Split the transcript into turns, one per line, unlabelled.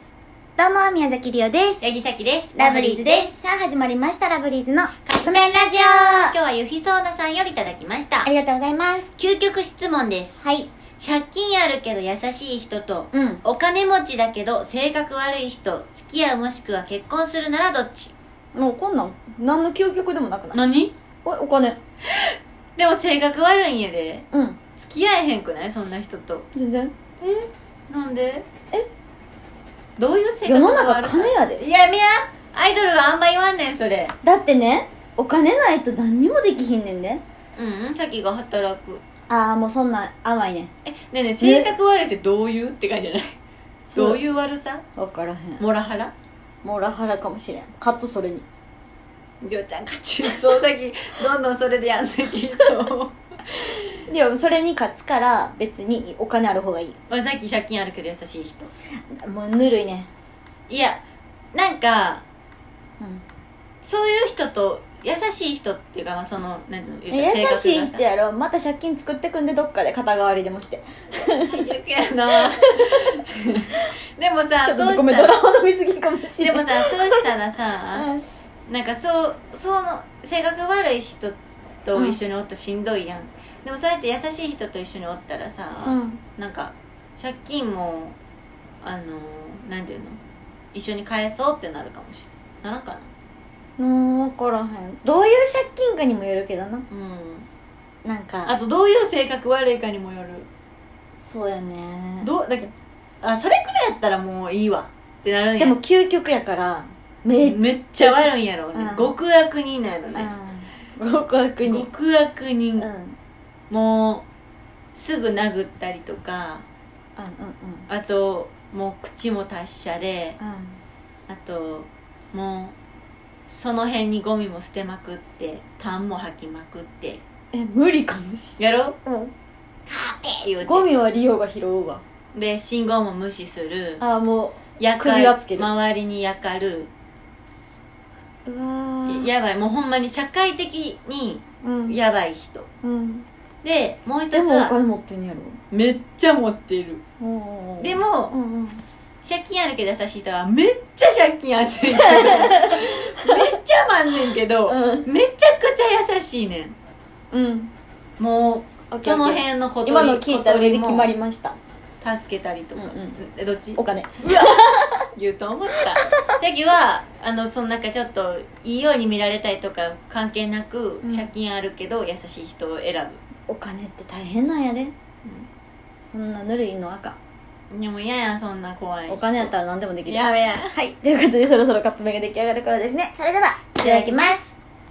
どうも、宮崎りおです。
八木咲です
ラブリーズです。さあ、始まりました、ラブリーズの
カップ
革命
麺
ラ
ラ
ジ
ジオ今
オ
日はゆひそうなさんよりいただきました
ありがとうございます。
究極質問です
はい。
借金あるけど優しい人と、
うん
お金持ちだけど性格悪い人付き合うもしくは結婚するならどっち
もうこんなん何の究極でもなくない
何
おお金
でも性格悪いんやで
うん
付き合えへんくないそんな人と
全然
なんでえどういう性
世
格
の
が
中
悪さ
金やで
いやみやアイドルはあんま言わんねんそれ
だってねお金ないと何にもできひんねんで
うんさっきが働く
ああもうそんなん甘いね
えねえねえ性格悪いってどういうって感じじゃないどう
う
いう悪さ
分からへん
モラハラ
モラハラかもしれんかつそれに
りょうちゃん勝ちそうさっきどんどんそれでやんでき そう
でもそれに勝つから別にお金ある方がいい
まあさっき借金あるけど優しい人
もうぬるいね
いやなんか
うん
そういう人と優しい人っていうかまあそのなんていうの言う
優
たら
しい
性格
人
が
やろまた借金作ってくんでどっかで肩代わりでもして
さ 最悪やなでもさ
ちょ
そ
っ
う
とご
し
めん
た
ド
ら
ラマ飲みすぎかもし
で
れん
もさそうしたら
う
さ
ん
なんかそうその性格悪い人と一緒におったらしんどいやん、でもそうやって優しい人と一緒におったらさ、
うん
なんか借金もあのなんていうの一緒に返そうってなるかもしれないならんかな
うん分からへんどういう借金かにもよるけどな
うん
なんか
あとどういう性格悪いかにもよる
そうやね
どうだけあそれくらいやったらもういいわってなるん
で
や
も究極やからめっ
めっちゃ悪いんやろうね、
うん
極悪人なんやろうね、
うん極悪に
極悪人、
うんうんうん
もうすぐ殴ったりとかあともう口も達者で
う
あともうその辺にゴミも捨てまくって痰も吐きまくって
んえ無理かもし
やろ
れん
え言うて
ゴミはリオが拾うわ
で信号も無視する
ああも
やか
首輪つける
周りにやかる
ううわー
やばいもうほんまに社会的に
うん
やばい人
うん
でもう一つ
でもお
は
金持ってんやろ
めっちゃ持ってる
うん
で
う
も
んうん
借金あるけど優しい人はめっちゃ借金あん ねんけどめっちゃまんねんけど、
うん
めちゃくちゃ優しいね
うん
んもう
オッケー
その
オッケー
辺のこと
今の聞いた上で決まりました
助けたりとか、
うんうん
えどっち
お金
言うと思ったさっきはあのそのなんかちょっといいように見られたいとか関係なく、
うん
借金あるけど優しい人を選
お金って大変なんやでそんなぬるいの赤
ぶでも嫌やんそんな怖い人
お金やったら何でもできる
やべえ
はいということでそろそろカップ麺が出来上がる頃ですね
ね、それでは、いただきます。